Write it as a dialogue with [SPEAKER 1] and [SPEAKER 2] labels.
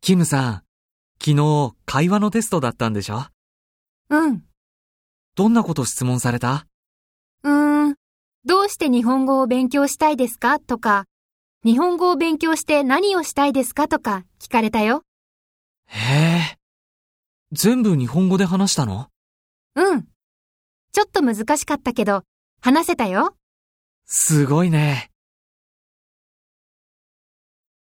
[SPEAKER 1] キムさん、昨日会話のテストだったんでしょ
[SPEAKER 2] うん。
[SPEAKER 1] どんなこと質問された
[SPEAKER 2] うーん。どうして日本語を勉強したいですかとか、日本語を勉強して何をしたいですかとか聞かれたよ。
[SPEAKER 1] へえ。全部日本語で話したの
[SPEAKER 2] うん。ちょっと難しかったけど、話せたよ。
[SPEAKER 1] すごいね。